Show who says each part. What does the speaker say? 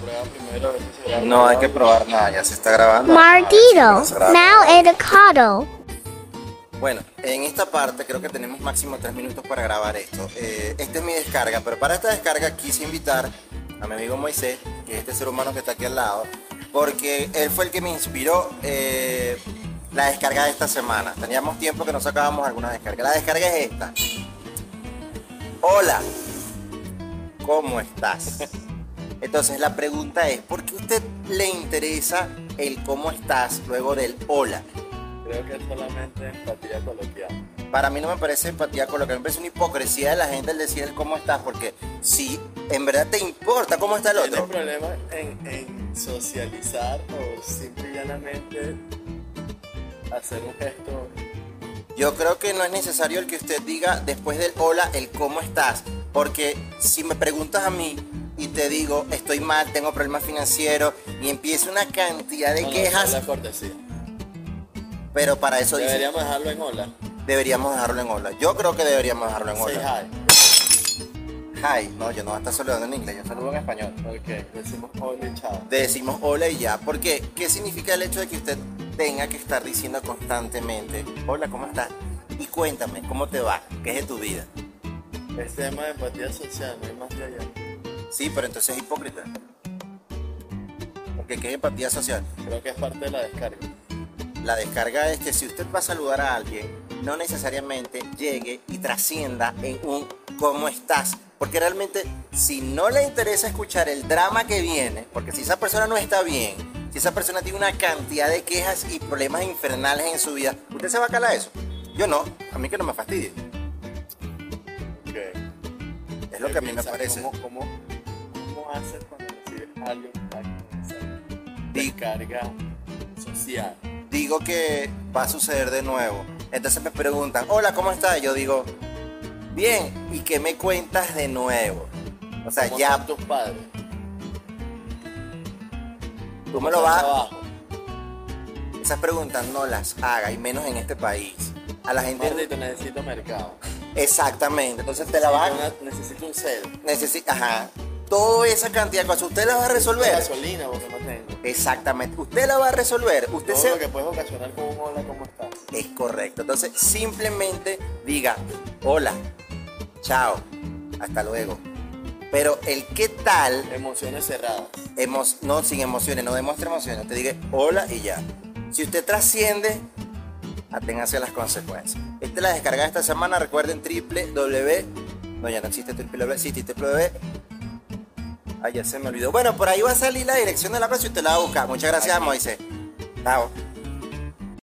Speaker 1: prueba primero a ver si se graba.
Speaker 2: No hay que probar nada, ya se está grabando.
Speaker 3: Mardito,
Speaker 2: Ah, se graba.
Speaker 3: now it's a cuddle.
Speaker 2: Bueno, en esta parte creo que tenemos máximo tres minutos para grabar esto. Eh, esta es mi descarga, pero para esta descarga quise invitar a mi amigo Moisés, que es este ser humano que está aquí al lado, porque él fue el que me inspiró eh, la descarga de esta semana. Teníamos tiempo que no sacábamos alguna descarga. La descarga es esta. Hola, ¿cómo estás? Entonces la pregunta es, ¿por qué a usted le interesa el cómo estás luego del hola?
Speaker 1: Creo que es solamente empatía coloquial.
Speaker 2: Para mí no me parece empatía con lo que me parece una hipocresía de la gente el decir el cómo estás, porque si en verdad te importa cómo está el
Speaker 1: ¿Tienes
Speaker 2: otro,
Speaker 1: problema en, en socializar o simple y llanamente hacer un gesto?
Speaker 2: yo creo que no es necesario el que usted diga después del hola el cómo estás, porque si me preguntas a mí y te digo estoy mal, tengo problemas financieros y empieza una cantidad de
Speaker 1: No, no,
Speaker 2: quejas,
Speaker 1: la cortesía.
Speaker 2: pero para eso dice,
Speaker 1: Deberíamos dejarlo en hola.
Speaker 2: deberíamos dejarlo en hola. Yo creo que deberíamos dejarlo en
Speaker 1: Say
Speaker 2: hola.
Speaker 1: hi.
Speaker 2: Hi, no, yo no voy a estar saludando en inglés, yo saludo en español.
Speaker 1: Ok, decimos hola y chao.
Speaker 2: decimos hola y ya. ¿Por qué? ¿Qué significa el hecho de que usted tenga que estar diciendo constantemente, hola, ¿cómo estás? Y cuéntame, ¿cómo te va? ¿Qué es de tu vida?
Speaker 1: Es Este tema de empatía social, no hay más de allá.
Speaker 2: Sí, pero entonces es hipócrita. Porque qué es empatía social.
Speaker 1: Creo que es parte de la descarga.
Speaker 2: La descarga es que si usted va a saludar a alguien, no necesariamente llegue y trascienda en un ¿cómo estás? Porque realmente, si no le interesa escuchar el drama que viene, porque si esa persona no está bien, si esa persona tiene una cantidad de quejas y problemas infernales en su vida, ¿usted se va a calar eso? Yo no, a mí que no me fastidie.
Speaker 1: Okay.
Speaker 2: Es lo que a mí me
Speaker 1: Piensa
Speaker 2: parece.
Speaker 1: ¿Cómo, cómo, cómo haces cuando recibes algo tan
Speaker 2: Di-
Speaker 1: de carga social?
Speaker 2: Digo que va a suceder de nuevo. Entonces me preguntan, hola, ¿cómo estás? Yo digo, bien, ¿y qué me cuentas de nuevo? O sea,
Speaker 1: ¿Cómo
Speaker 2: ya
Speaker 1: son tus padres?
Speaker 2: Tú me lo vas. Esas preguntas no las haga, y menos en este país. A la gente.
Speaker 1: Maldito, necesito mercado.
Speaker 2: Exactamente. Entonces te la van.
Speaker 1: Necesito una- Necesito un cel.
Speaker 2: Necesita. Ajá. Toda esa cantidad de cosas. Usted las va a resolver.
Speaker 1: Gasolina porque no tengo.
Speaker 2: Exactamente. Usted la va a resolver. Usted
Speaker 1: Todo
Speaker 2: se.
Speaker 1: lo que puedes ocasionar con un hola, ¿cómo estás?
Speaker 2: Es correcto. Entonces simplemente diga, hola, chao, hasta luego. Pero el qué tal
Speaker 1: Emociones cerradas.
Speaker 2: emo- no sin emociones, no demuestre emociones, te diga hola y ya. Si usted trasciende, aténgase a las consecuencias. Esta es la descarga de esta semana, recuerden triple W. No, ya no existe triple W, existe triple W. Ah, ya se me olvidó. Bueno, por ahí va a salir la dirección de la plaza y usted la va a buscar. Muchas gracias, Moisés. Chao.